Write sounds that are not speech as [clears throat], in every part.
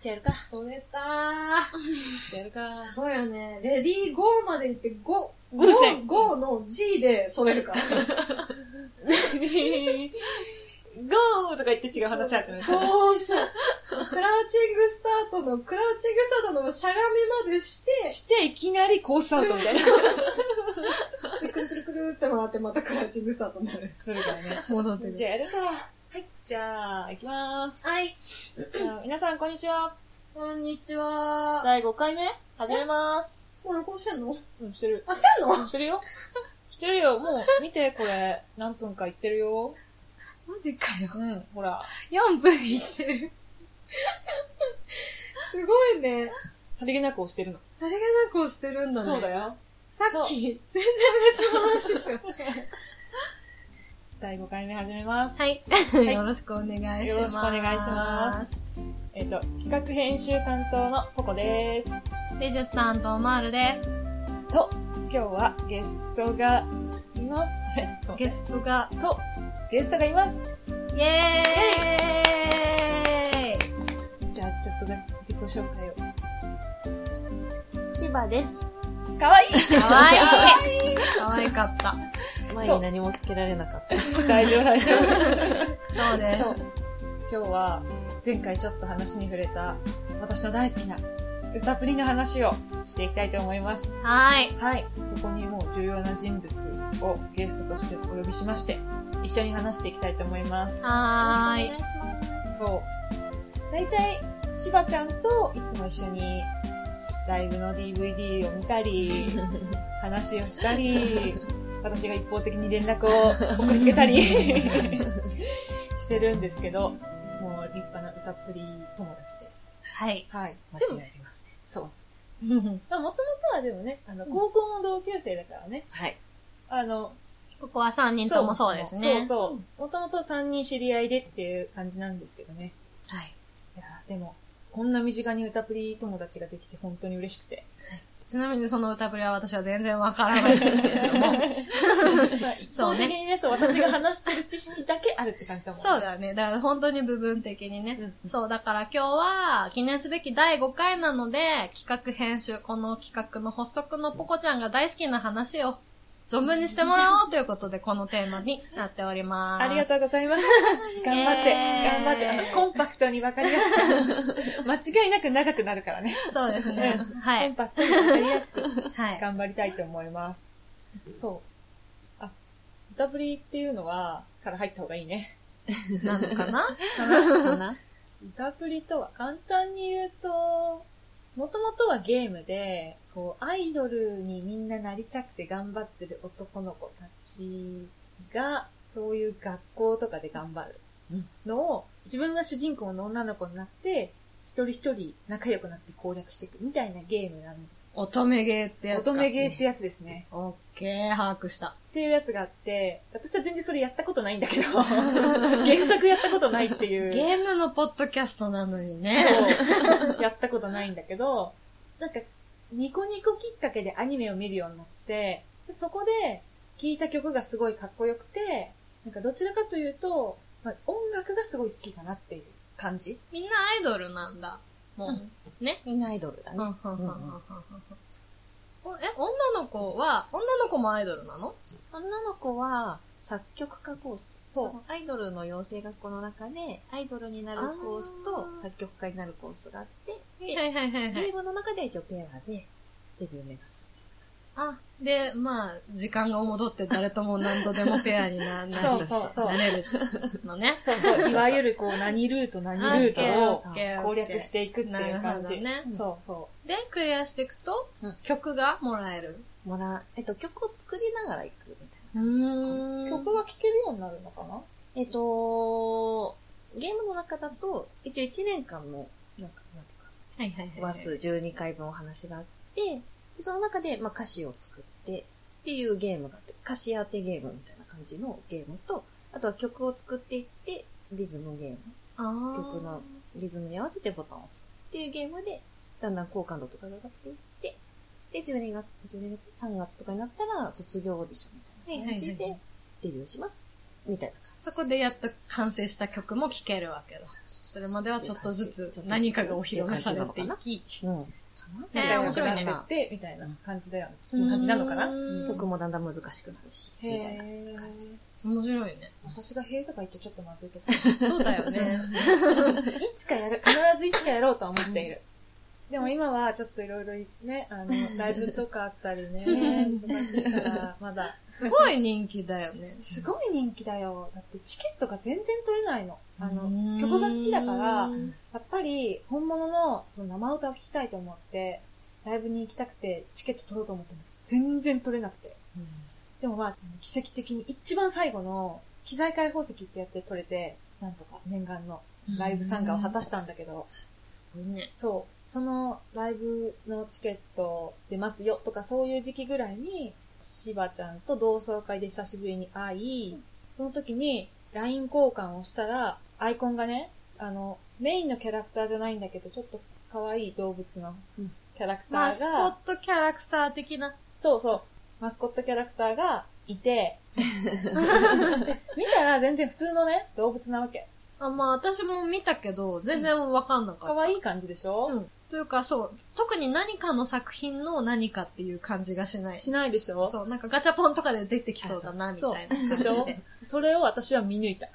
じゃあやるか。それかじゃあやるか [laughs] ー。。すごいよね。レディーゴーまで行って、ゴー、ゴーしたいゴーの G でそれるから。ゴーとか言って違う話し始めた。そうそう。クラウチングスタートの、クラウチングスタートのしゃがみまでして、して、いきなりコースアウトみた [laughs] いな。でくるくるくるって回ってまたクラウチングスタートになる。するからね。戻ってくじる。ゃあやるか。はい。じゃあ、行きます。はい。じゃあ、皆さんこんにちは。こんにちは。第5回目、始めます。もう録音してんのうん、してる。あ、してんのうんしてるよ。 [laughs] してるよ。もう、見て、これ。何分か言ってるよ。マジかよ。うん、ほら。 4分いってる。すごいね。さりげなく押してるの。さりげなく押してるんだね。そうだ。よ。さそうっき、全然別の話でしょ。第5回目始めます。はいよろしくお願いします。よろしくお願いします。えっ、と、企画編集担当のココです。美術さんとオマールです。と、今日はゲストがいます。えそうゲストが、と、ゲストがいます。イエーじゃあ、ちょっとね、自己紹介を。芝です。かわいいイかわいいかわいかった。前そうに何もつけられなかった。大丈夫、大丈夫。そうでそう今日は前回ちょっと話に触れた私の大好きな歌プリの話をしていきたいと思います。す。はい。はい。そこにもう重要な人物をゲストとしてお呼びしまして、一緒に話していきたいと思います。はーい。そう。大体、しばちゃんといつも一緒にライブの DVD を見た [laughs] り、話をした [laughs] り、私が一方的に連絡を送りつけたり [laughs] してるんですけど、もう立派な歌っぷり友達です。はい。はい。間でも違いありません。そう。まあ、もともとはでもね、あの、ん高校の同級生だからね、はい。あの、ここは3人ともそうですね。そうそう。もともと3人知り合いでっていう感じなんですけどね。はい。いやーでも、こんな身近に歌プリ友達ができて本当に嬉しくて。ちなみにその歌ぶりは私は全然わからないんですけれども。そ [laughs] そううねね。的にね、そう、私が話してる知識だけあるって感じだもんそうだね。だから本当に部分的にね。そう、だから今日は記念すべき第5回なので、企画編集、この企画の発足のポコちゃんが大好きな話を存分にしてもらおうということで、このテーマになっております。ありがとうご [laughs] ざいます。頑張って、イエー頑イ張って、あの、コンパクトに分かりや [laughs] すく。間違いなく長くなるからね。う。そうですね。はコンい。パクトに分かりやすくはい。頑張りたいと思います。そう。あ、歌プリっていうのは、から入った方がいいね。なのかなかな歌プリとは簡単に言うと、もともとはゲームで、こう、アイドルにみんななりたくて頑張ってる男の子たちが、そういう学校とかで頑張るうんのを、自分が主人公の女の子になって、一人一人仲良くなって攻略していくみたいなゲームなんで [laughs] 乙女ゲーってやつす。乙か。女ゲーって。やつですね。オッケー、把握した。っていうやつがあって、私は全然それやったことないんだけど、 [laughs] 原作やったことないっていう。ゲームのポッドキャストなのにね。 [laughs] そう。やったことないんだけど、なんか、ニコニコきっかけでアニメを見るようになって、でそこで聴いた曲がすごいかっこよくて、なんかどちらかというと、まあ、音楽がすごい好きだなっていう感じ。みんなアイドルなんだ。もう。うみんなアイドルだうんうんね。うんうんうんおえ、女の子は、女の子もアイドルなの女の子は作曲家コース。そうのアイドルの養成学校の中で、アイドルになるコースあとー作曲家になるコースがあって、はいではいはいはいはゲいー。ムの中で一応ペアでデビュー目指す。あ、で、まあ、時間が戻って誰とも何度でもペアにななそうそうそうなれるのね。そうそう、いわゆるこう何ルート何ルーオトッケーを攻略していくっていうなる感ほどじ。ねそうそで、クリアしていくと、うん曲がもらえる。もらう、えっと、曲を作りながら行くみたいな。うう。ーん。曲は聴けるようになるのかなえっと、ゲームの中だと、一応1年間の、なんか、なんていうか、はいはいはい。話数12回分お話があって、でその中で、まあ、歌詞を作ってっていうゲームがあって、歌詞当てゲームみたいな感じのゲームと、あとは曲を作っていって、リズムゲーム。あー曲のリズムに合わせてボタンを押すっていうゲームで、だんだん好感度とかが上がっていって、で、12月、12月、3月とかになったら、卒業オーディションみたいな感じはいはいでは、デビューします。みたいな感そこでやっと完成した曲も聴けるわけだ。それまではちょっとずつ何かがお披露目されていき、じ。うん。かなみえーたいな面白いねなって、みたいな感じだよね。うん感じなのかなうん曲もだんだん難しくなるし、みたいな。へ感ー。面白いね。私がへーとか言っちゃちょっとまずいけど。そうだよね。 [laughs] いつかやる、必ずいつかやろうとは思っている。 [laughs] でも今はちょっといろいろね、 [laughs] あの、ライブとかあったりね、忙しいから、まだ。すごい人気だよね。すごい人気だよ。だってチケットが全然取れないの。あうーの、ん曲が好きだから、うんやっぱり本物のその生歌を聴きたいと思って、ライブに行きたくてチケット取ろうと思っても全然取れなくて。でもまあ、奇跡的に一番最後の機材開放席ってやって取れて、なんとか念願のライブ参加を果たしたんだけど、すごいね。そう、そのライブのチケット出ますよとかそういう時期ぐらいに、しばちゃんと同窓会で久しぶりに会い、その時に LINE 交換をしたら、アイコンがね、あの、メインのキャラクターじゃないんだけど、ちょっと可愛い動物のうんキャラクタマースコが、ットキャラクター的な。そうそう、マスコットキャラクターがいて、で見たら全然普通のね、動物なわけ。あまあ私も見たけど、全然わかんなかった。可愛い感じでしょ、うん。というかそう、特に何かの作品の何かっていう感じがしない。しないでしょそう、なんかガチャポンとかで出てきそうだな、みたいな感でじしょで。それを私は見抜いた。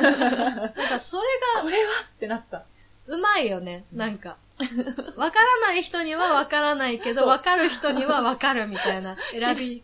なんかそれこれはってなった。がうまいよね、なんか。わからない人にはわからないけど、わかる人にはわかるみた [laughs] いな選び。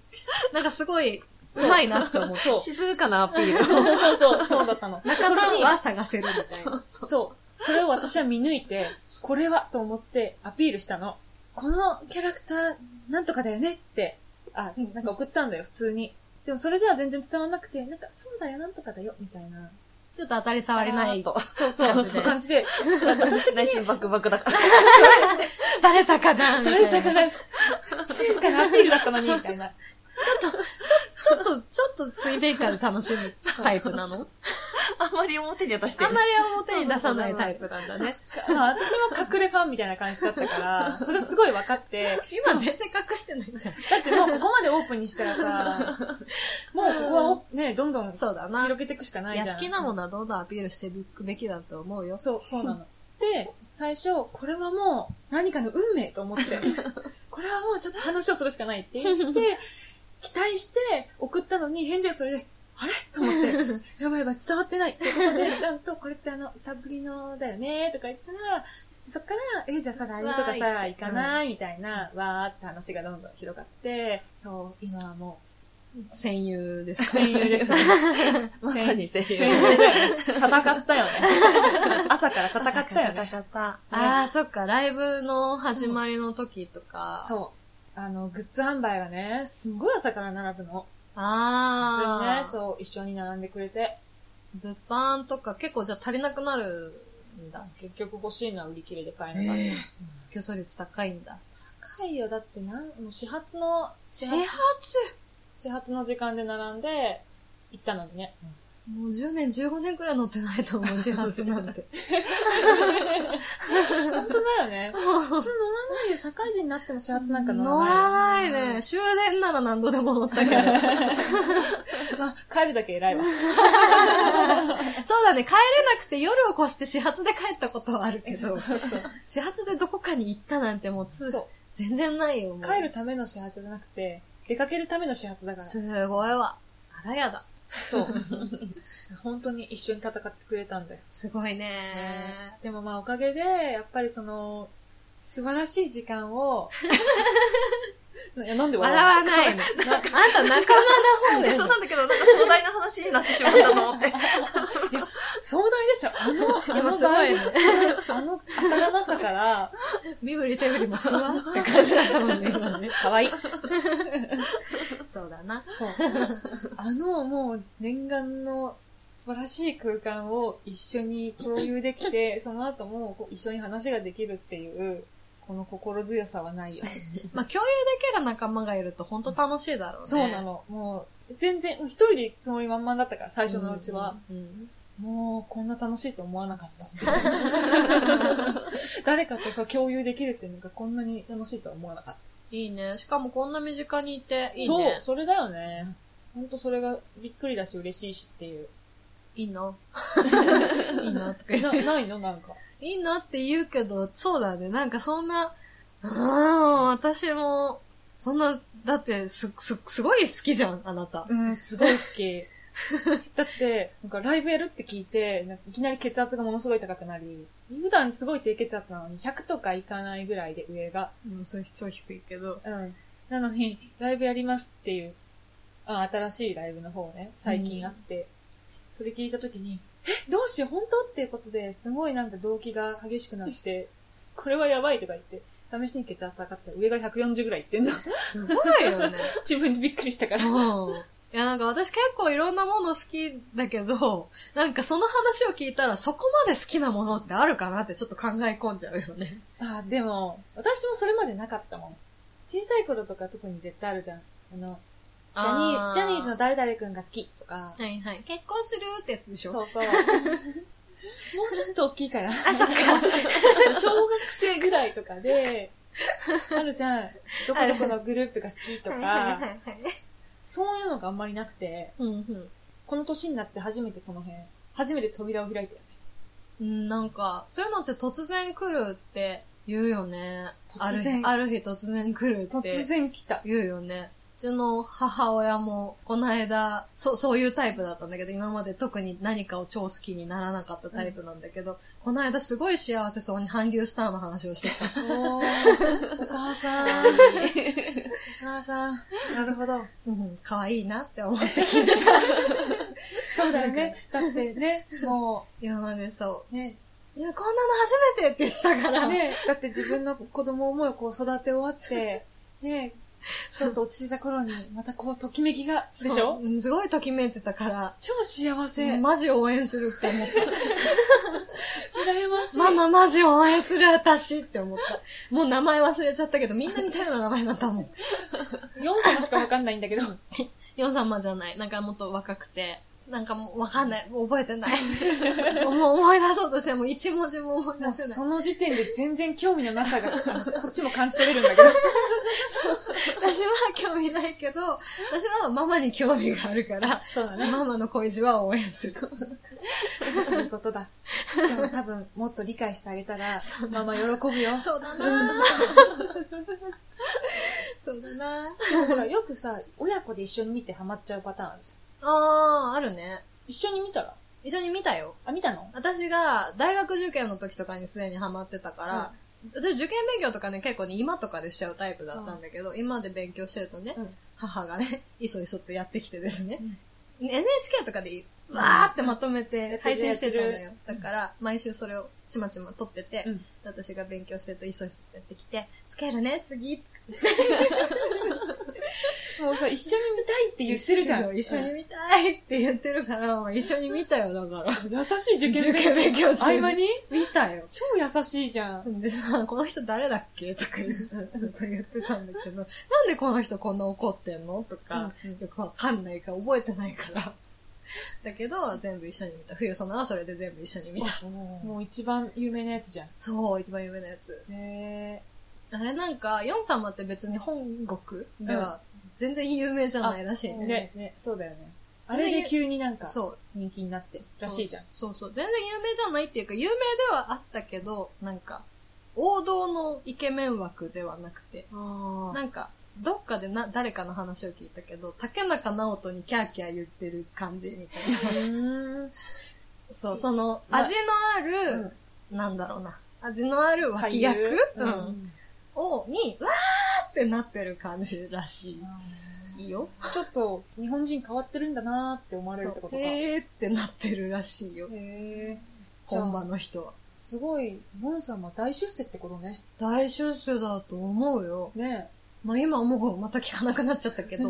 なんかすごい、うまいなって思う。そう。そう静かなアピール。そうそうそう、そうだったの。仲間は探せるみたいな。そう。それを私は見抜いて、これはと思ってアピールしたの。このキャラクター、なんとかだよねって、あ、なんか送ったんだよ、普通に。でもそれじゃあ全然伝わんなくて、なんか、そうだよ、なんとかだよ、みたいな。ちょっと当たり障りない。と。そうそう、そう感じで、私的 [laughs] 内に、心バクバクだから。誰だかなみた取れいたな。ちかょら、静かなアピールだったのに、みたいな。っと、ちょっと水面下で楽しむタイプなの [laughs] あんまり表には出してあんない。まり表に出さないタイプなんだね。まあ、私も隠れファンみたいな感じだったから、それすごい分かって、今全然隠してないじゃん。だってもうここまでオープンにしたらさ、もうここはおね、どんどんそうだな広。げていくしかないいじゃん。や、好きなものはどんどんアピールしていくべきだと思うよ。そう、そうなの。で、最初、これはもう何かの運命と思 [laughs] って、これはもうちょっと話をするしかないって言って、期待して送ったのに返事がそれで、あれと思って、やばいやばい、伝わって [laughs] ないってことで、ちゃんとこれってあの、歌ぶりのだよねとか言ったら、そっから、え、じゃあさ、ライブとかわさ、行かないみたいな、わーって話がどんどん広がって、そう、今はも戦友ですう、か戦友ですね。まさに声 [laughs] 戦友優。だよね戦った [laughs] よね。朝から戦ったよね。戦った。ああ、そっか、ライブの始まりの時とか。う。そう。あの、グッズ販売がね、すんごい朝から並ぶの。それにあね、あ、そう、一緒に並んでくれて、物販とか結構じゃあ足りなくなるんだ。結局欲しいのは売り切れで買えなかった。競争率高いんだ。高いよ、だってなん、もう始発の、始始発発始発の時間で並んで、行ったのにね。もう10年、15年くらい乗ってないと思う、始発なん [laughs] て。本当だよね。普通乗らないよ、社会人になっても始発なんか乗ら乗ないよ。らないね。終電なら何度でも乗ったけど。そうまあ帰るだけ偉いわ。だね、帰れなくて夜を越して始発で帰ったことはあるけど、そうそう始発でどこかに行ったなんてもう通、そ全然ないよ。もうう帰るための始発じゃなくて、出かけるための始発だから。すごいわ。あらやだ。そう。本当に一緒に戦ってくれたんだよ。すごいねね。でもまあおかげで、やっぱりその、素晴らしい時間を、いやなんで笑うのわない。あんた仲間の方でしそう [laughs] ょ。なんだけど、なんか壮大な話になってしまったと思 [laughs] って。壮大でしょあの、いやあのすごいねあの、頭さから、身振り手振りもふわって感じだったもんね、今ね。かわいい。そうだな。そう。あの、もう、念願の素晴らしい空間を一緒に共有で [laughs] きて、その後もこう一緒に話ができるっていう、この心強さはないよ。まあ、共有できる仲間がいると本当楽しいだろうね。そうなの。もう、全然、一人で行くつもり満々だったから、最初のうちは。うん。うんもう、こんな楽しいと思わなかった。 [laughs] 誰かとさ、共有できるっていうのがこんなに楽しいとは思わなかった。いいね。しかもこんな身近にいて、いいそうね、。それだよね。ほんとそれがびっくりだし嬉しいしっていう。いいの [laughs] いいのとか言ってな、ないのなんか。いいなって言うけど、そうだね。なんかそんな、うーん、私も、そんな、だって、す、す、すごい好きじゃん、あなた。うん、すごい好き。だって、なんかライブやるって聞いて、なんかいきなり血圧がものすごい高くなり、普段すごい低血圧なのに100とかいかないぐらいで上が。うん、それ超低いけど。うん。なのに、ライブやりますっていう、あ新しいライブの方ね、最近あって、それ聞いた時に、え、どうしよう、本当っていうことですごいなんか動機が激しくなって、これはやばいとか言って、試しに血圧測ったら上が140ぐらいいってんの。 [laughs] すごいよね。自分でびっくりしたかうら。ん。いや、なんか私結構いろんなもの好きだけど、なんかその話を聞いたらそこまで好きなものってあるかなってちょっと考え込んじゃうよね。あーでも、私もそれまでなかったもん。小さい頃とか特に絶対あるじゃん。あの、ジャニージャニーズの誰々くんが好きとか。はいはい。結婚するってやつでしそょう [laughs] そう。もうちょっと大きいから。あ、そっか。 [laughs] 小学生ぐらいとかで、あるじゃん。どこどこのグループが好きとはいはか、いはいはいそういうのがあんまりなくて、うんうんこの年になって初めてその辺、初めて扉を開いたよね。うん、なんか、そういうのって突然来るって言うよね。ある突然日、ある日突然来るっ突て然来た。言うよね。うちの母親も、この間、そ、そういうタイプだったんだけど、今まで特に何かを超好きにならなかったタイプなんだけど、この間すごい幸せそうに韓流スターの話をしてた。[laughs] おー、お母さん。お母さん。なるほど。うん、可愛いなって思って。そうだよね。だってね、も、今までそうね、う。いや、こんなの初めてって言ってたから。ね、だって自分の子供思いをこう育て終わって、ね、ちょっと落ち着いた頃に、またこう、ときめきが、でしそょううんすごいときめいてたから、超幸せ。うん羨マジ応援するって思った。ましい。マママジ応援する私って思った。 [laughs] もう名前忘れちゃったけど、みんな似たような名前になったもん。 4様しかわかんないんだけど。ヨン様じゃない。なんかもっと若くて。なんかもうわかんない。もう覚えてない。 [laughs] もう思い出そうとしても一文字も思いもう出せないそ。の時点で全然興味のなさが、あのこっちも感じ取れるんだけど。私は興味ないけど、私はママに興味があるから、 [laughs] そうだね。ママの恋路は応援する。そういうことだ。でも多分、もっと理解してあげたら、ママ喜ぶよ。そうだなぁ。 [laughs] そうだなぁ。でもほら、よくさ、親子で一緒に見てハマっちゃうパターンあるじゃん。あー、あるね。一緒に見たら一緒に見たよ。あ、見たの私が大学受験の時とかにすでにハマってたから、私受験勉強とかね、結構ね、今とかでしちゃうタイプだったんだけど、今で勉強してるとね、うん母がね、 [laughs] いそいそとやってきてですね、うん NHK とかでいいわーってまとめて配信してたのやってるよ。だから、毎週それをちまちま撮ってて、うん私が勉強してるといそいそとやってきて、つけるね、次もうさ、一緒に見たいって言ってるじゃん。一緒に見たいって言ってるから、もう一緒に見たよ、だから。うん優しい受受験験勉勉強強。合中間にに見たよ。超優しいじゃん。でさ、 [laughs] この人誰だっけとか言ってずっ [laughs] と言ってたんだけど、なんでこの人こんな怒ってんのとか、うんうんよくわかんないから覚えてないから。 [laughs] だけど、全部一緒に見た。冬ソナはそれで全部一緒に見た。もう一番有名なやつじゃん。そう、一番有名なやつ。ねあれなんか、ヨン様って別に本国では全然有名じゃないらしいえ。ね。ね、ね、そうだよね。あれで急になんか、そう。人気になって、らしいじゃん。そうそう。全然有名じゃないっていうか、有名ではあったけど、なんか、王道のイケメン枠ではなくて、あなんか、どっかでな、誰かの話を聞いたけど、竹中直人にキャーキャー言ってる感じみたいな。うーん。そう、その、まあ味のある、なんだろうな。味のある脇俳役優うん。を、に、わーってなってる感じらしい。いいよ。ちょっと、日本人変わってるんだなーって思われるってことか。へへーってなってるらしいよ。え。じゃあ本場の人は。すごい、モンさんは大出世ってことね。大出世だと思うよ。ねまあ今思うまた聞かなくなっちゃった [laughs] けど。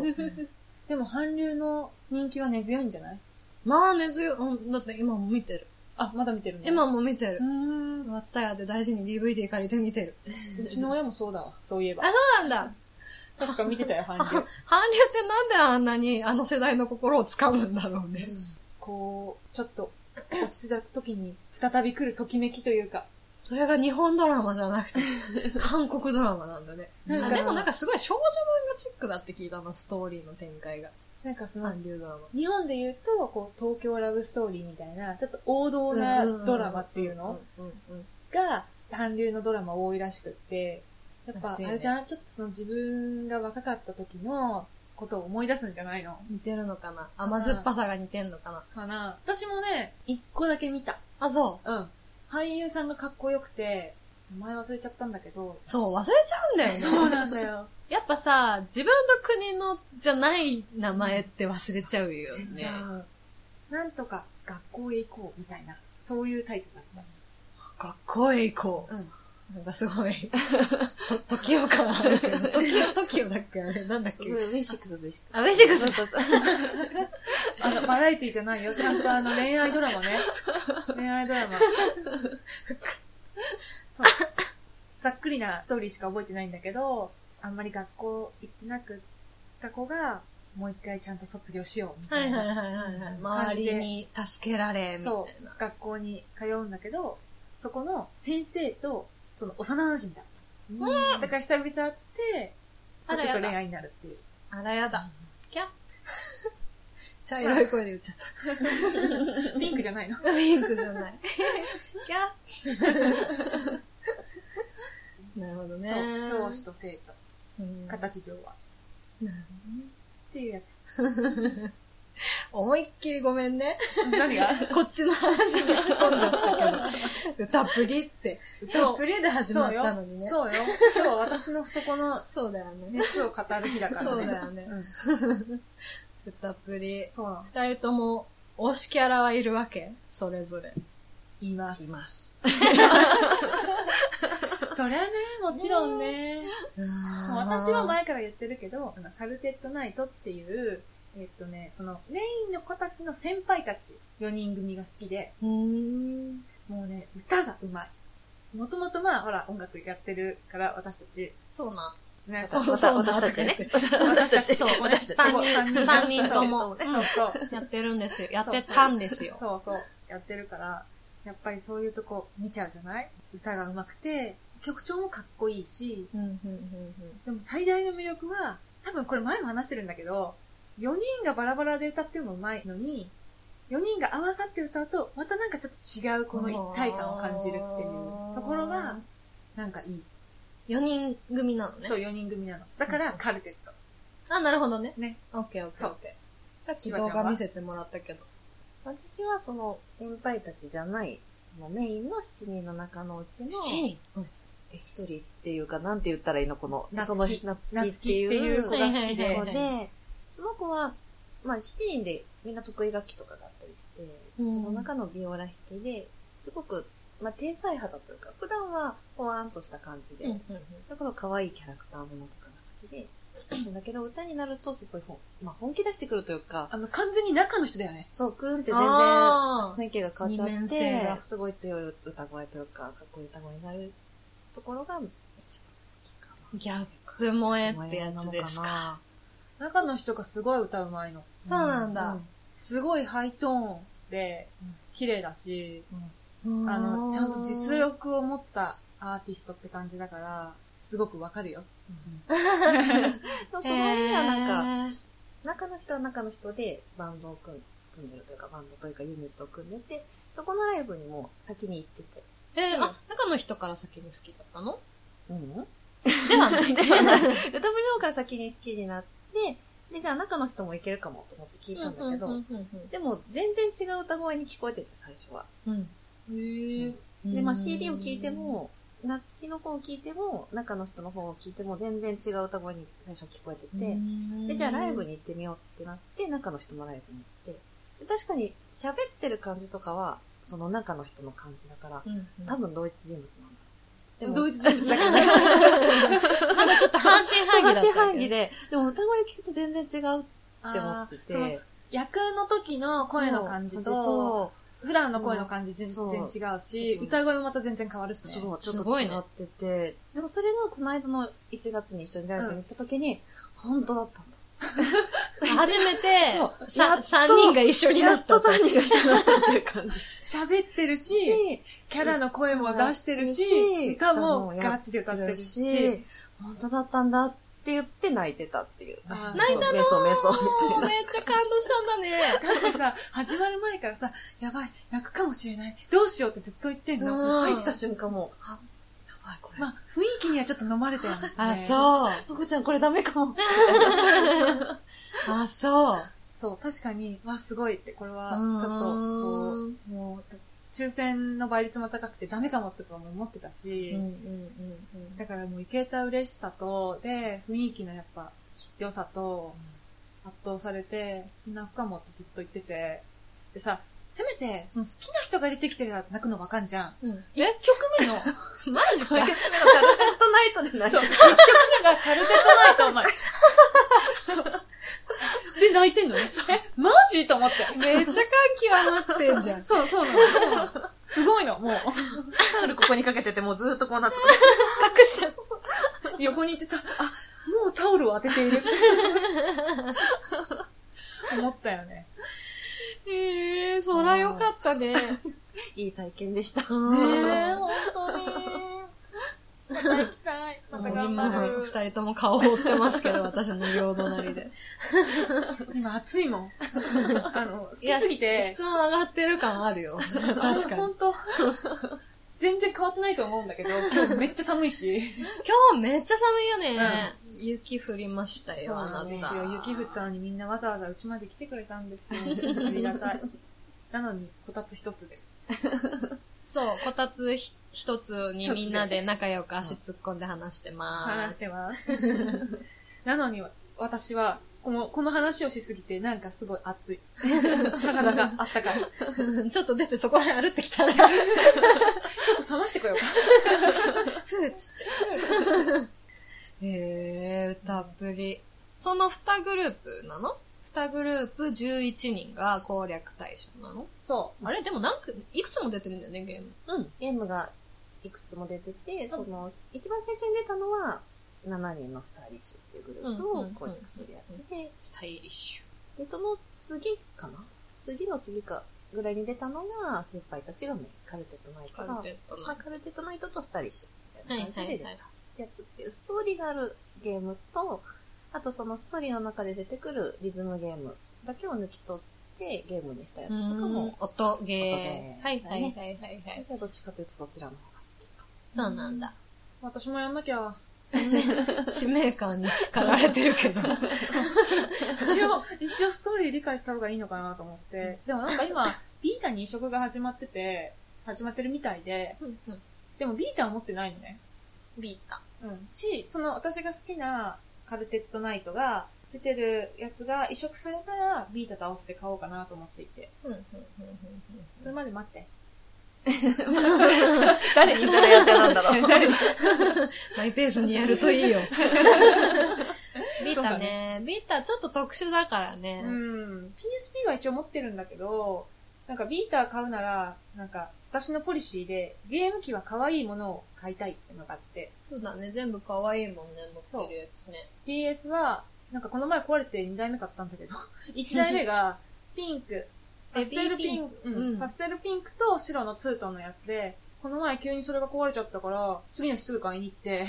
でも、韓流の人気は根強いんじゃないまあ根強い。うん、だって今も見てる。あ、まだ見てるの今も見てうるー。ん。松田屋で大事に DVD 借りて見てる。うちの親もそうだわ、そういえばあ。そうなんだ。確か見てたよ、韓流。韓流ってなんであんなにあの世代の心を掴むんだろうね。こう、ちょっと、落ち着いた時に、再び来るときめきというか。それが日本ドラマじゃなくて、 [laughs] 韓国ドラマなんだね。なんあかでもなんかすごい少女漫画チックだって聞いたな、ストーリーの展開が。なんかその、韓流ドラマ。日本で言うと、こう、東京ラブストーリーみたいな、ちょっと王道なドラマっていうのうんうんが、韓流のドラマ多いらしくって、やっぱ、らしいねあれじゃん、ちょっとその自分が若かった時のことを思い出すんじゃないの似てるのかな甘酸っぱさが似てんのかなかな。私もね、一個だけ見た。あ、そうん。俳優さんがかっこよくて、名前忘れちゃったんだけど。う。そう、忘れちゃうんだよね。そうなんだよ。やっぱさ、自分の国のじゃない名前って忘れちゃうよじ [laughs] ねゃ。あ、なんとか学校へ行こうみたいな、そういうタイトルだっ学校へ行こた。うん。う。なんかすご [laughs] い、と、時を感あるけ [laughs] ど、時を、時をだっけあれ、なんだっけ。ウィシックス、ウィシックあ、ベシックスス。だ。そうそうあの、バラエティじゃないよ。ちゃんとあの、恋愛ドラマね。恋愛ドラマ。そうざっくりなストーリーしか覚えてないんだけど、あんまり学校行ってなくった子が、もう一回ちゃんと卒業しようみはたいいな。はいはいはいはい。周りに助けられ、みたいそう、学校に通うんだけど、そこの先生と、その幼馴染だ。うんだから久々会って、ちょあっらとや恋だ。愛になるって [laughs] いう。あらやだ。キャッ。茶色い声で言っちゃった。ピンクじゃないの。 [laughs] ピンクじゃない。キ [laughs] ャなるほどね。そう、教師と生徒、うん形上は。なるっていうやつ。ほど思いっきりごめんね。何がこっちの話に突っ込んじゃったけど。 [laughs] 歌プリって。歌そうプリで始まったのにね。そうよ。今日は私のそこのそうだよね。熱を語る日だからね。そうだよねうん。歌プリ。そうなの。二人とも推しキャラはいるわけそれぞれ。言います。います。それはね、もちろんね。もう私は前前から言ってるけど、あのカルテットナイトっていう、えっとね、その、メインの子たちの先輩たち、4人組が好きで、うーん。もうね、歌がうまい。もともとまあ、ほら、音楽やってるから、私たち、そうな。ね、そうそうまた私たちね。私たちそう、私たち。三人、三人とも。 [laughs] そうそう。うんやってるんですよ。やってたんですよ。そうそう、やってるから、やっぱりそういうとこ見ちゃうじゃない歌が上手くて、曲調もかっこいいし、うん、うん、うん、うん。でも最大の魅力は、多分これ前も話してるんだけど、4人がバラバラで歌っても上手いのに、4人が合わさって歌うと、またなんかちょっと違うこの一体感を感じるっていうところが、なんかいい。 4人組なのね。そう、4人組なの。だから、カルテット。あ、なるほどね。ね。オッケーオッケーオッケー。さっきしばちゃ動んは画見せてもらったけど。私はその、先輩たちじゃない、そのメインの7人の中のうちの、人え一人っていうか、なんて言ったらいいのこの、夏希その日、夏希ってい夏希っていうう子子がが好きはいはで子いはいで、その子は、まあ7人でみんな得意楽器とかがあったりして、うんその中のビオラ弾きで、すごく、まあ天才派だというか、普段はポワーンとした感じで、うん、うん、うん。だから可愛いキャラクターものとかが好きで、 [clears throat] だけど歌になるとすごいほん、まあ本気出してくるというか、あの、完全に中の人だよね。そう、くるんって全然、あー雰囲気が変わっち二ゃ面っ性てが、すごい強い歌声というか、かっこいい歌声になるところが、一番好きかギャップ萌えな。ってやつですか。か。中の人がすごい歌うまいの。そうなんだ。すごいハイトーンでうん、綺麗だし、ああの、ちゃんと実。力を持ったアーティストって感じだから、すごくわかるよ。 [laughs] でもそえの割にはなんか、ー、中の人は中の人でバンドを組ん組んでるというか、バンドというかユニットを組んでて、そこのライブにも先に行ってて。えー、あ、中の人から先に好きだった [laughs] のうんではない。歌舞伎の方から先に好きになって、で、じゃあ中の人もいけるかもと思って聞いたんだけうど、んうんうんでも全然違う歌声に聞こえてて、最初は。うんへうんで、まあ CD を聴いて、も、夏希の方を聴いても、中の人の方を聴いても、全然違う歌声に最初聞こえてて、で、じゃあライブに。に行ってみようってなって、中の人のライブに行って、で確かに喋ってる感じとかは、その中の人の感じだから、うんうん多分同一人物なんだ。ででもも、同同一一人物だけどね。 [laughs] なんかちょっと半信半疑だったけど。半疑で、でも歌声聞くと全然違うって思あってーてそ、の役の時の声の感じと、、普段の声の感じ全然そう違うし、そう歌声もまた全然変わるしね。そう、ちすょっごとい違ねってて、でもそれがこの間の1月に一緒にライブに行った時に、本当だったんだ。初めてそ、うやさっと三人が一緒になったと。 3人が一緒になったっていう感じ。喋ってるし、し、キャラの声も出してるしし、歌もガチで歌ってるし、本当だったんだっって言って泣いてたっていう。あー泣いたのーメソメソみたいな。めっちゃ感動したんだね。だってさ、始まる前からさ、やばい、泣くかもしれない、どうしようってずっと言ってんうの。ん入った瞬間もう、あ、やばいこれ。まあ、雰囲気にはちょっと飲まれたよね。そう。まこちゃんこれダメ [laughs] かも。あ、そう。そう、確かに、わ、すごいって、これは、ちうょんっと、こう、もう、抽選の倍率も高くてダメかもとかも思ってたし、うんうんだからもう、いけた嬉しさと、で、雰囲気のやっぱ、良さと、圧倒されて、泣くかもってずっと言ってて、でさ、せめて、その好きな人が出てきてたら泣くのわかんじゃん。うん、 1え曲目の、 [laughs] マジかカルテットナイトで泣いそう、て1曲目がカルテットナイト、お前。そう。で、泣いてんのね。え、マジと思って。めっちゃ感極まってんじゃん。そう、そうなの。すごいの、もう。るここにかけててもうずーっとこうなって隠しちゃう横にいてさ、あ、もうタオルを当てている。思ったよね。ええー、そらよかったね。ねいい体験でした。え、本当に。また行きたい。また頑張る。二人とも顔を覆ってますけど、私の両隣 [laughs] で。今暑いもん。あの、好きすぎて質。問上がってる感ある [laughs] よ。確かに。本当。全然変わってないと思うんだけど、今日めっちゃ寒いし。今日めっちゃ寒いよね。雪降りましたそうよ、あなんですなたよ。雪降ったのにみんなわざわざうちまで来てくれたんですよ。ありがた [laughs] い。なのに、こたつ一つで。そう、こたつひ一つにみんなで仲良く足突っ込んで話してま [laughs] ー話しす。てます。 [laughs] なのに、私は、この、この話をしすぎて、なんかすごい熱い。体があったかい。ちょっと出てそこら辺歩ってきた [laughs] ら、ちょっと冷ましてこようか。ふーっつって。 [laughs] へー、歌っぷり。その二グループなの二グループ11人が攻略対象なのそあれでもなんか、いくつも出てるんだよね、ゲーム。うん。ゲームがいくつも出てて、その、一番最初に出たのは、7人のスタイリッシュっていうグループうんうんうをん攻略するやつで、スタイリッシで、その次かな次の次かぐらいに出たのが、先輩たちがメイン、カルテットナイュ。トカがル、テットまあ、な。カルテットナイトとスタイリッシュみたはいいなは感じで出いたはい。やつっていうストーリーがあるゲームと、あとそのストーリーの中で出てくるリズムゲームだけを抜き取ってゲームにしたやうつとかんも、、音音ゲゲー。ーはいはいはいはいはい。私はどっちかというとそちらの方が好きか。そうなんだ。う。私もやんなきゃ。使命感に駆られてるけど。一応、一応ストーリー理解した方がいいのかなと思って。でもなんか今、ビータに移植が始まってて、始まってるみたいで、うんうんでもビータは持ってないのね。ビータ。うん。し、その私が好きなカルテットナイトが出てるやつが移植されたら、ビータと合わせて買おうかなと思っていて。うんうんそれまで待って。うんうん。誰にそれやってたんだ [laughs] ろう。誰にマイペースにやるといいよ。ビータね。ビータちょっと特殊だからねう。ん。PSP は一応持ってるんだけど、なんかビーター買うなら、なんか私のポリシーでゲーム機は可愛いものを買いたいってのがあって、そうだね。全部可愛いもんね、持ってるやつね。 DS は、なんかこの前壊れて2台目買ったんだけど、1台 [laughs] 目がピンク、パステルピンク、クう、うんんパステルピンクと白のツートンのやつで、この前急にそれが壊れちゃったから、次の日すぐ買いに行って、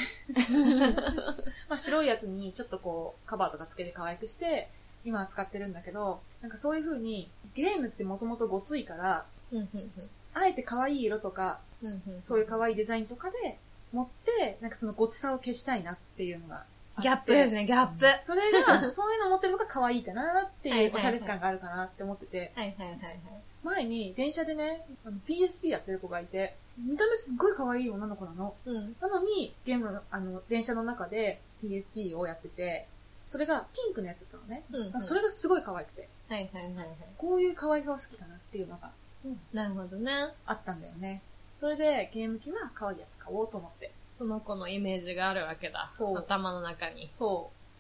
[laughs] まあ白いやつにちょっとこう、カバーとかつけて可愛くして、今は使ってるんだけど、なんかそういう風に、ゲームってもともとごついから、うんうんうんあえて可愛い色とか、うんうんそういう可愛いデザインとかで持って、なんかそのごつさを消したいなっていうのがあって。ギャップですね、ギャップ。はそれが、そういうの持ってるのが可愛いかなってはいはいはいいうおしゃれ感があるかなって思ってて、いはいはいはい。前に電車でね、あの PSP やってる子がいて、見た目すっごい可愛い女の子なの。うん。なのに、ゲームの、あの、電車の中で PSP をやってて、それがピンクのやつだったのね。うんうん。それがすごい可愛くて、はいはいはいはい。こういう可愛さは好きかなっていうのがなるほどね。あったんだよね。それで、ゲーム機は可愛いやつ買おうと思って。その子のイメージがあるわけだ。そう頭の中に。そう。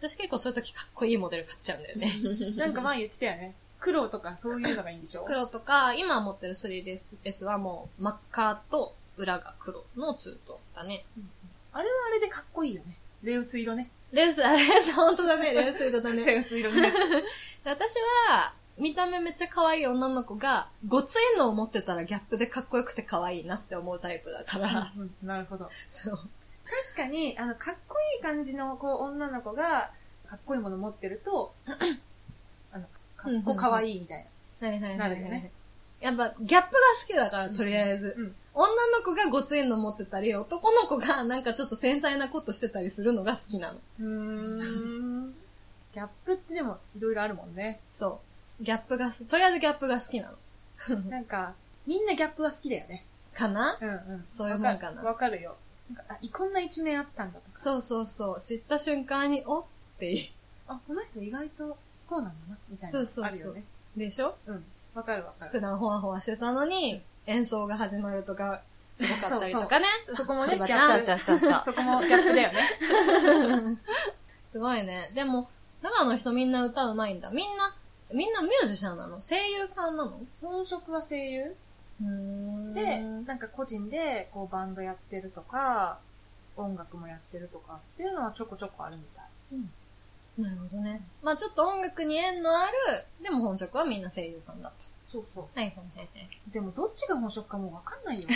私結構そういう時かっこいいモデル買っちゃうんだよね。なんか前言ってたよね。黒とかそういうのがいいんで [laughs] しょ黒とか、今持ってる 3DS はもう真っ赤と裏が黒のツートンだね。あれはあれでかっこいいよね。レウス色ね。レース、あれ、本当だね、レース色だね。 [laughs] レウス色ね。私は、見た目めっちゃ可愛い女の子が、ごついのを [laughs] 持ってたらギャップでかっこよくて可愛いなって思うタイプだから、 [laughs] うんなるほど。そう。確かに、あの、かっこいい感じの、こう、女の子が、かっこいいもの持ってると、 [coughs] あの、かっこかわいいみたいはいはいはい。なるよね。やっぱ、ギャップが好きだから、とりあえず。うん女の子がごついの持ってたり、男の子がなんかちょっと繊細なことしてたりするのが好きなの。な。うーん。ギャップってでも、いろいろあるもんね。そう。ギャップがす、とりあえずギャップが好きなの。なんか、みんなギャップは好きだよね。かなうんうん。そういうもんかなわかるよ。なんか、あ、こんな一面あったんだとか。そうそうそう。知った瞬間に、おっていあ、この人意外と、こうなんだな、みたいな。そうそうそうあるよね。う。でしょうん。わかるわか普 [laughs] る。段ほわほわしてたのに、演奏が始まるとか、すごかったりとかね。そこもね、しギャばちゃッん。プそうそうそうそ [laughs] そこもギャップだよね。すごいね。でも、長野の人みんな歌うまいんだ。みんな、みんなミュージシャンなの声優さんなの本職は声優うーんで、なんか個人で、こう、バンドやってるとか、音楽もやってるとかっていうのはちょこちょこあるみたい。なるほどね。まあちょっと音楽に縁のある、でも本職はみんな声優さんだと。そうそう。はいはいはいはい。でも、どっちが本職かもうわかんないよ。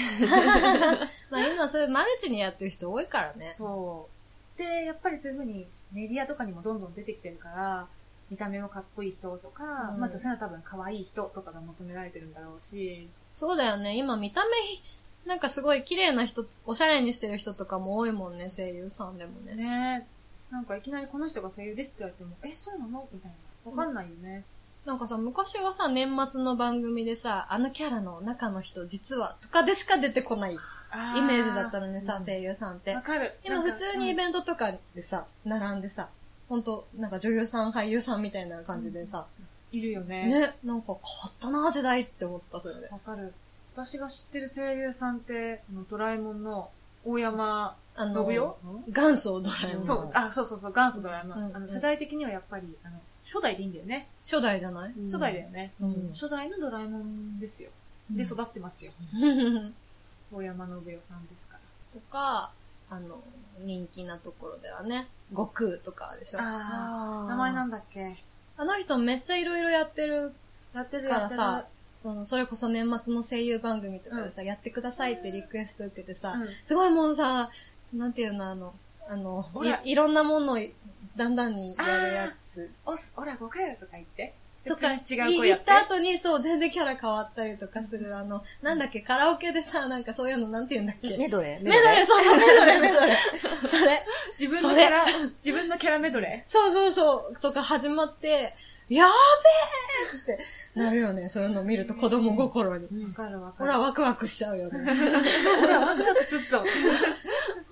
[laughs] まあ今そういうマルチにやってる人多いからね。そう。で、やっぱりそういう風にメディアとかにもどんどん出てきてるから、見た目もかっこいい人とか、うんまあ女性は多分可愛い人とかが求められてるんだろうし、そうだよね。今見た目、なんかすごい綺麗な人、おしゃれにしてる人とかも多いもんね、声優さんでもね。ねなんかいきなりこの人が声優ですって言われても、え、そうなのみたいな。わかんないよね。なんかさ、昔はさ、年末の番組でさ、あのキャラの中の人、実は、とかでしか出てこないイイメージだったのね、さ、わ声優さんって。かる。今普通にインベントとかでさ、並んでさ、ほんと、なんか女優さん、俳優さんみたいな感じでさ、いるよね。ね、なんか変わったな、時代って思った、それで。わかる。私が知ってる声優さんって、あのドラえもんの大山あ信の、代、元祖ドラえもん。そう、あ、そうそうそう、元祖ドラえもん。うんあのうん世代的にはやっぱり、あの、初代でいいんだよね。初代じゃない、初代だよね。うん初代のドラえもんですよ。で、育っってますよ。大山信代さんですか [laughs] とか、あの、人気なところではね、悟空とかでしょ。ら。ああ名前なんだっけあの人めっちゃいろいろやってる、やってるかやらってる。さそのそれこそ年末の声優番組とかでさ、やってくださいってリクエスト受けてさ、うんすごいもうさ、なんていうの、あの、あのほら、いいろんなものをだんだんにやるやつ。おす、ほら、5回だとか言って。とか、別に違う声言やっってた後に、そう、全然キャラ変わったりとかする、あの、なんだっけ、カラオケでさ、 [laughs] なんかそういうの、なんて言うんだっけ。メドレーメドレー、そうそう、メドレー、メドレ [laughs] ー。それ、自分のキャラ、自分のキャラメドレそうそうそう、とか始まって、やーべーってなるよね、そういうの見ると子供心に。ーわかるわかほる。ら、ワクワクしちゃうよね。ほら、ワクワクすっぞ。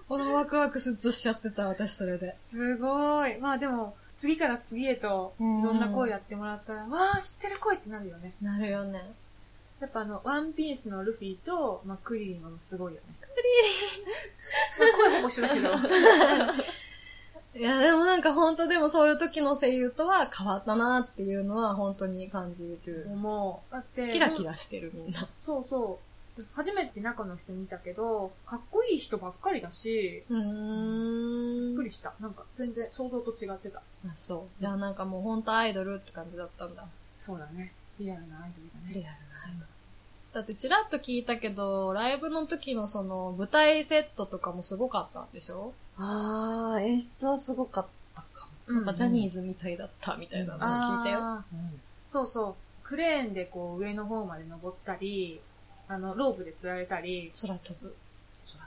ほら、ワクワクすっとしちゃってた、私それで。すごい。まあでも、次から次へと、いうんろんな声やってもらったら、わあ、知ってる声ってなるよね。なるよね。やっぱあの、ワンピースのルフィと、まあ、クリリンはすごいよね。クリリンまあ、声も一緒だけど。いや、でもなんか本当でもそういう時の声優とは変わったなっていうのは本当に感じる。 [laughs] 思う。だって、キラキラしてるみんな。そうそう。初めて中の人見たけど、かっこいい人ばっかりだし、うびっーくん。りした。なんか、全然想像と違ってた。あそう。じゃあなんかもう本当アイドルって感じだったんだ。そうだね。リアルなアイドルだリアルなアイドル。だってちらっと聞いたけど、ライブの時のその舞台セットとかもすごかったんでしょ、ああ、演出はすごかったかも。うんまあジャニーズみたいだったみたいなのを聞いたよ。あーそうそう。クレーンでこう上の方まで登ったり、あの、ロープで吊られたり、空飛ぶ。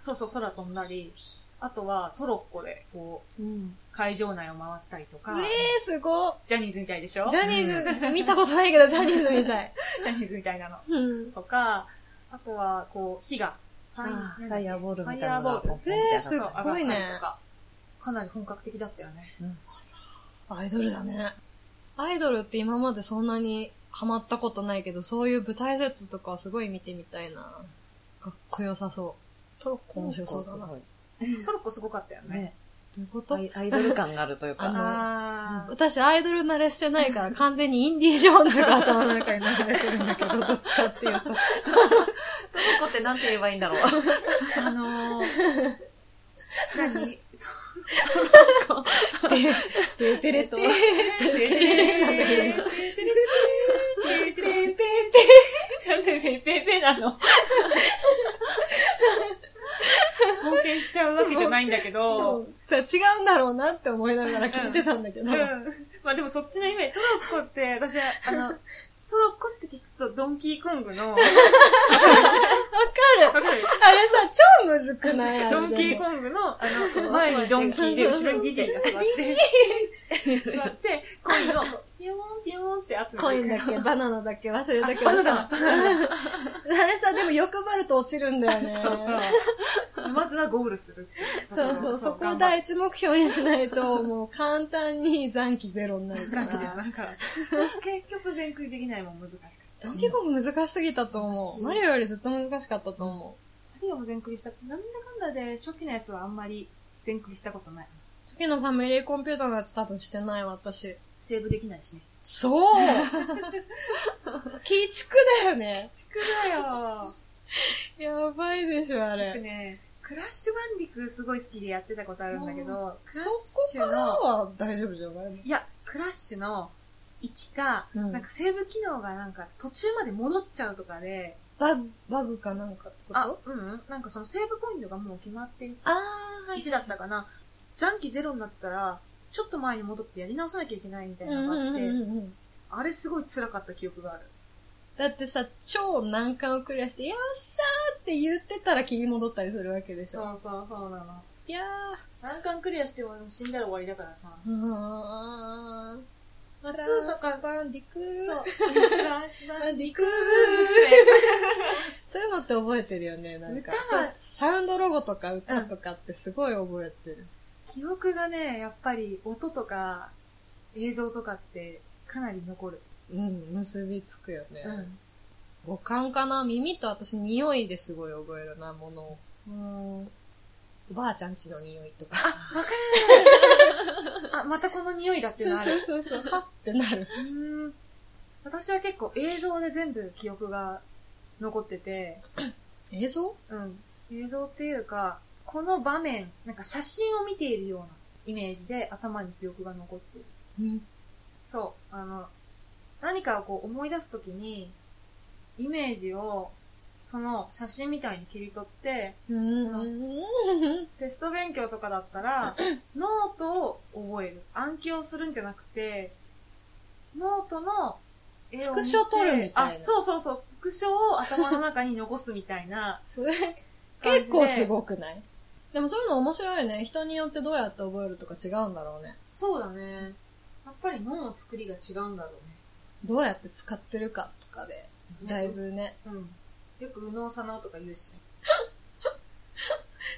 そうそう空飛んだり、あとはトロッコでこう、うん。会場内を回ったりとか、えー、すごっジャニーズみたいでしょジャニーズ、見たことないけど [laughs] ジャニーズみたい。 [laughs] ジャニーズみたいなの。うん。とか、あとはこう、火が、フあーファイアボールみたいファイアなのボがーポルンポンって上がったえーす上がごいったりとねか。かなり本格的だったよね。アイドルだね。アイドルって今までそんなにハマったことないけど、そういう舞台セットとかはすごい見てみたいな。かっこよさそう。トロッコ面白そうだな。どすトロッコすごかったよごいね。ねういうこと、アイアイドル感があるというあのか。あー私アイドル慣れしてないから完全にインディ・ージョーンズが頭の中に流れてるんだけど、どっちかっていうと。トロコってなんて言えばいいんだ [laughs] ろう。あのー、何 [laughs] ててれえっと。とてれてれてれなんでペペペなの肯定しちゃうわけじゃないんだけど、そう違うんだろうなって思いながら聞いてたんだけうど。ん。まあでもそっちのイメージ、トロッコって、私は、あの、トロッコって聞くとドンキーコングの、わかわかる。あるれさ、超むずくないあれドンキーコングの、あの、前にドンキーで後ろにディディが座って、座って、コインをピヨーンピヨーンって集コイめンだてっいく。け [laughs] バナナだっけ忘れたけどバナナ、さバナナ。 [laughs] あれさ、でも欲張ると落ちるんだよね。 [laughs] そうそう。まずはゴールするっていとそころ。うそう、そこを第一目標にしないと、もう簡単に残機ゼロになるか頑張ってら。なん [laughs] か、結局全クリできないもん難しくて。ドンキーコング難しすぎたと思う。マリオよりずっと難しかったと思う。マリオも全クリした、なんだかんだで初期のやつはあんまり全クリしたことない。時のファミリーコンピューターのやつ多分してない私。セーブできないしね。そう [laughs] 鬼畜だよね。ちくだよやばいでしょ、あ僕れ。ね、クラッシュバンディクすごい好きでやってたことあるんだけど、クラッシそこュからの、は大丈夫じゃないいや、クラッシュの1が、うんなんかセーブ機能がなんか途中まで戻っちゃうとかで、バグ、バグかなんかってことあ、うんうん、なんかそのセーブポイントがもう決まっていて、あー、はいい。つだったかな、残機ゼロになったら、ちょっと前に戻ってやり直さなきゃいけないみたいなのがあって、うん。あれすごい辛かった記憶がある。だってさ、超難関をクリアして、よっしゃーって言ってたら切り戻ったりするわけでしょ。うそうそうなの。いや難関クリアしても死んだら終わりだからさ。ー。うーん。また、 2とかバンディクー。そう。バンディクー。そういうのって覚えてるよね、なんか。歌はそうサウンドロゴとか歌とかってすごい覚えてる。 [laughs] 記憶がね、やっぱり音とか映像とかってかなり残る。うん、結びつくよね。ん。五感かな耳と私匂いですごい覚えるな、ものを。もう、おばあちゃんちの匂いとか。あ、またこの匂いだってそいううのあ [laughs] る。そうそうそう。 [laughs] はってなる。うーん。私は結構映像で全部記憶が残ってて、映像うん。映像っていうか、この場面、なんか写真を見ているようなイメージで頭に記憶が残ってる。うん。そう、あの、何かをこう思い出すときに、イメージを、その写真みたいに切り取って、うん。テスト勉強とかだっ [clears throat] たら、ノートを覚える。暗記をするんじゃなくて、ノートの絵を見てスクショ撮るみたいなあ、そうそうそう、スクショを頭の中に残すみたいなそれ、感じで。結構すごくないでもそういうの面白いね。人によってどうやって覚えるとか違うんだろうね。そうだね。やっぱり脳の作りが違うんだろうどうやって使ってるかとかで、ね。だい。ぶね。うん。よく右脳左脳とか言うしね。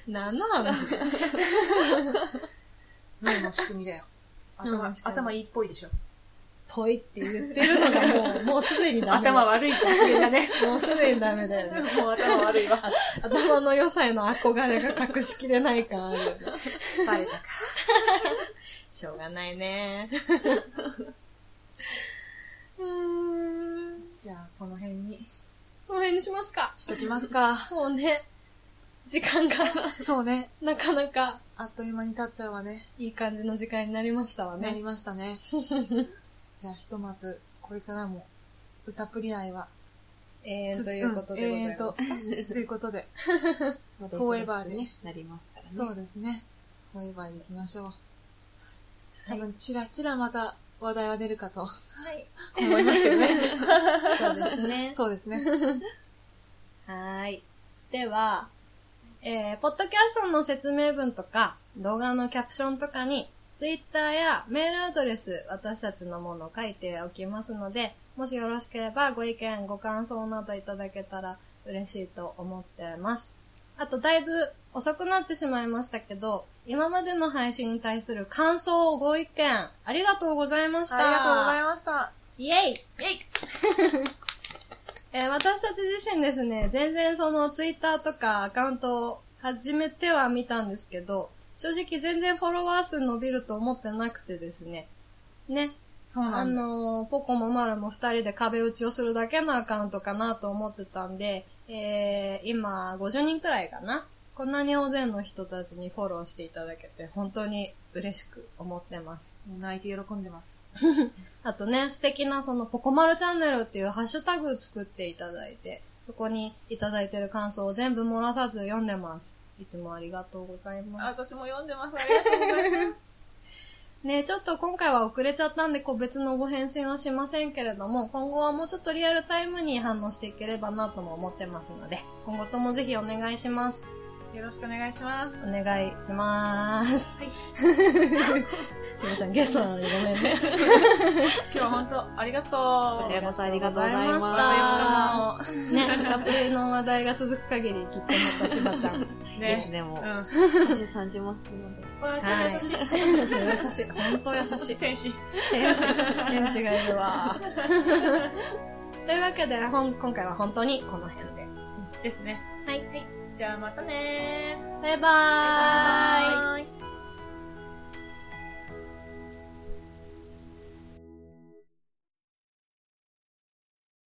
何の [laughs] 話脳の仕組みだよ。 [laughs] うん頭、確かに頭いいっぽい [laughs] でしょ。ぽいって言ってるのがもう、もうすでにダメ。頭悪い発言 [laughs] だね。もうすでにダメだよね。もう頭悪いわ。頭の良さへの憧れが隠しきれない感あるよね。バレたか。しょうがないね。うーん。じゃあ、この辺にこの辺にしますか。しときます [laughs] か。もうね、時間がそうね。なかなかあっという間に経っちゃうわね。いい感じの時間になりましたわなりね。まし [laughs] たね。じゃあ、ひとまず、これからも、歌プリ愛は、えー、ということでございます。うん永遠と、と [laughs] いうことで、まフォーエバーでねなりますからね。そうですね。フォーエバーに行きましょう。多分、ちらちらまた話題は出るかとはい。思いますけどね。そうですね。そうですね。はーい。では、えー、ポッドキャストの説明文とか、動画のキャプションとかに、ツイッターやメールアドレス、私たちのものを書いておきますので、もしよろしければご意見、ご感想などいただけたら嬉しいと思ってます。あと、だいぶ遅くなってしまいましたけど、今までの配信に対する感想、ご意見、ありがとうございました。ありがとうございました。イェイ [laughs] えー私たち自身ですね、全然そのツイッターとかアカウントを始めてはみたんですけど、正直全然フォロワー数伸びると思ってなくてですね。ね。そうあなんだ。のーポコもマルも二人で壁打ちをするだけのアカウントかなと思ってたんで、えー、今50人くらいかな。こんなに大勢の人たちにフォローしていただけて本当に嬉しく思ってます。もう泣いて喜んでます。あとね、素敵なそのポコマルチャンネルっていうハッシュタグ作っていただいて、そこにいただいてる感想を全部漏らさず読んでます。いつもありがとうございあ、ま私も読んでます。ありがとうございます。す。ねちょっと今回は遅れちゃったんで、個別のご返信はしませんけれども、今後はもうちょっとリアルタイムに反応していければなとも思ってますので、今後ともぜひお願いします。 [laughs] よろしくお願いします。お願いしま [laughs] ーす。はい。しばちゃんゲストなのでごめん [laughs] ね。今日は本当ありがとう。こちらこそありがとうございありがとうございままししたた。ね、カプリの話題が続く限りきっとまたしばちゃん。ですね。ね、もうう。ん。汗さんじますので。わあ、ちょっと優しい。優しい。本当優しい。天使。天使、天使がいるわ。というわけで、ほん今回は本当にこの辺で。ですね。はい。じゃあまたねバイバーイ。バイバーイ。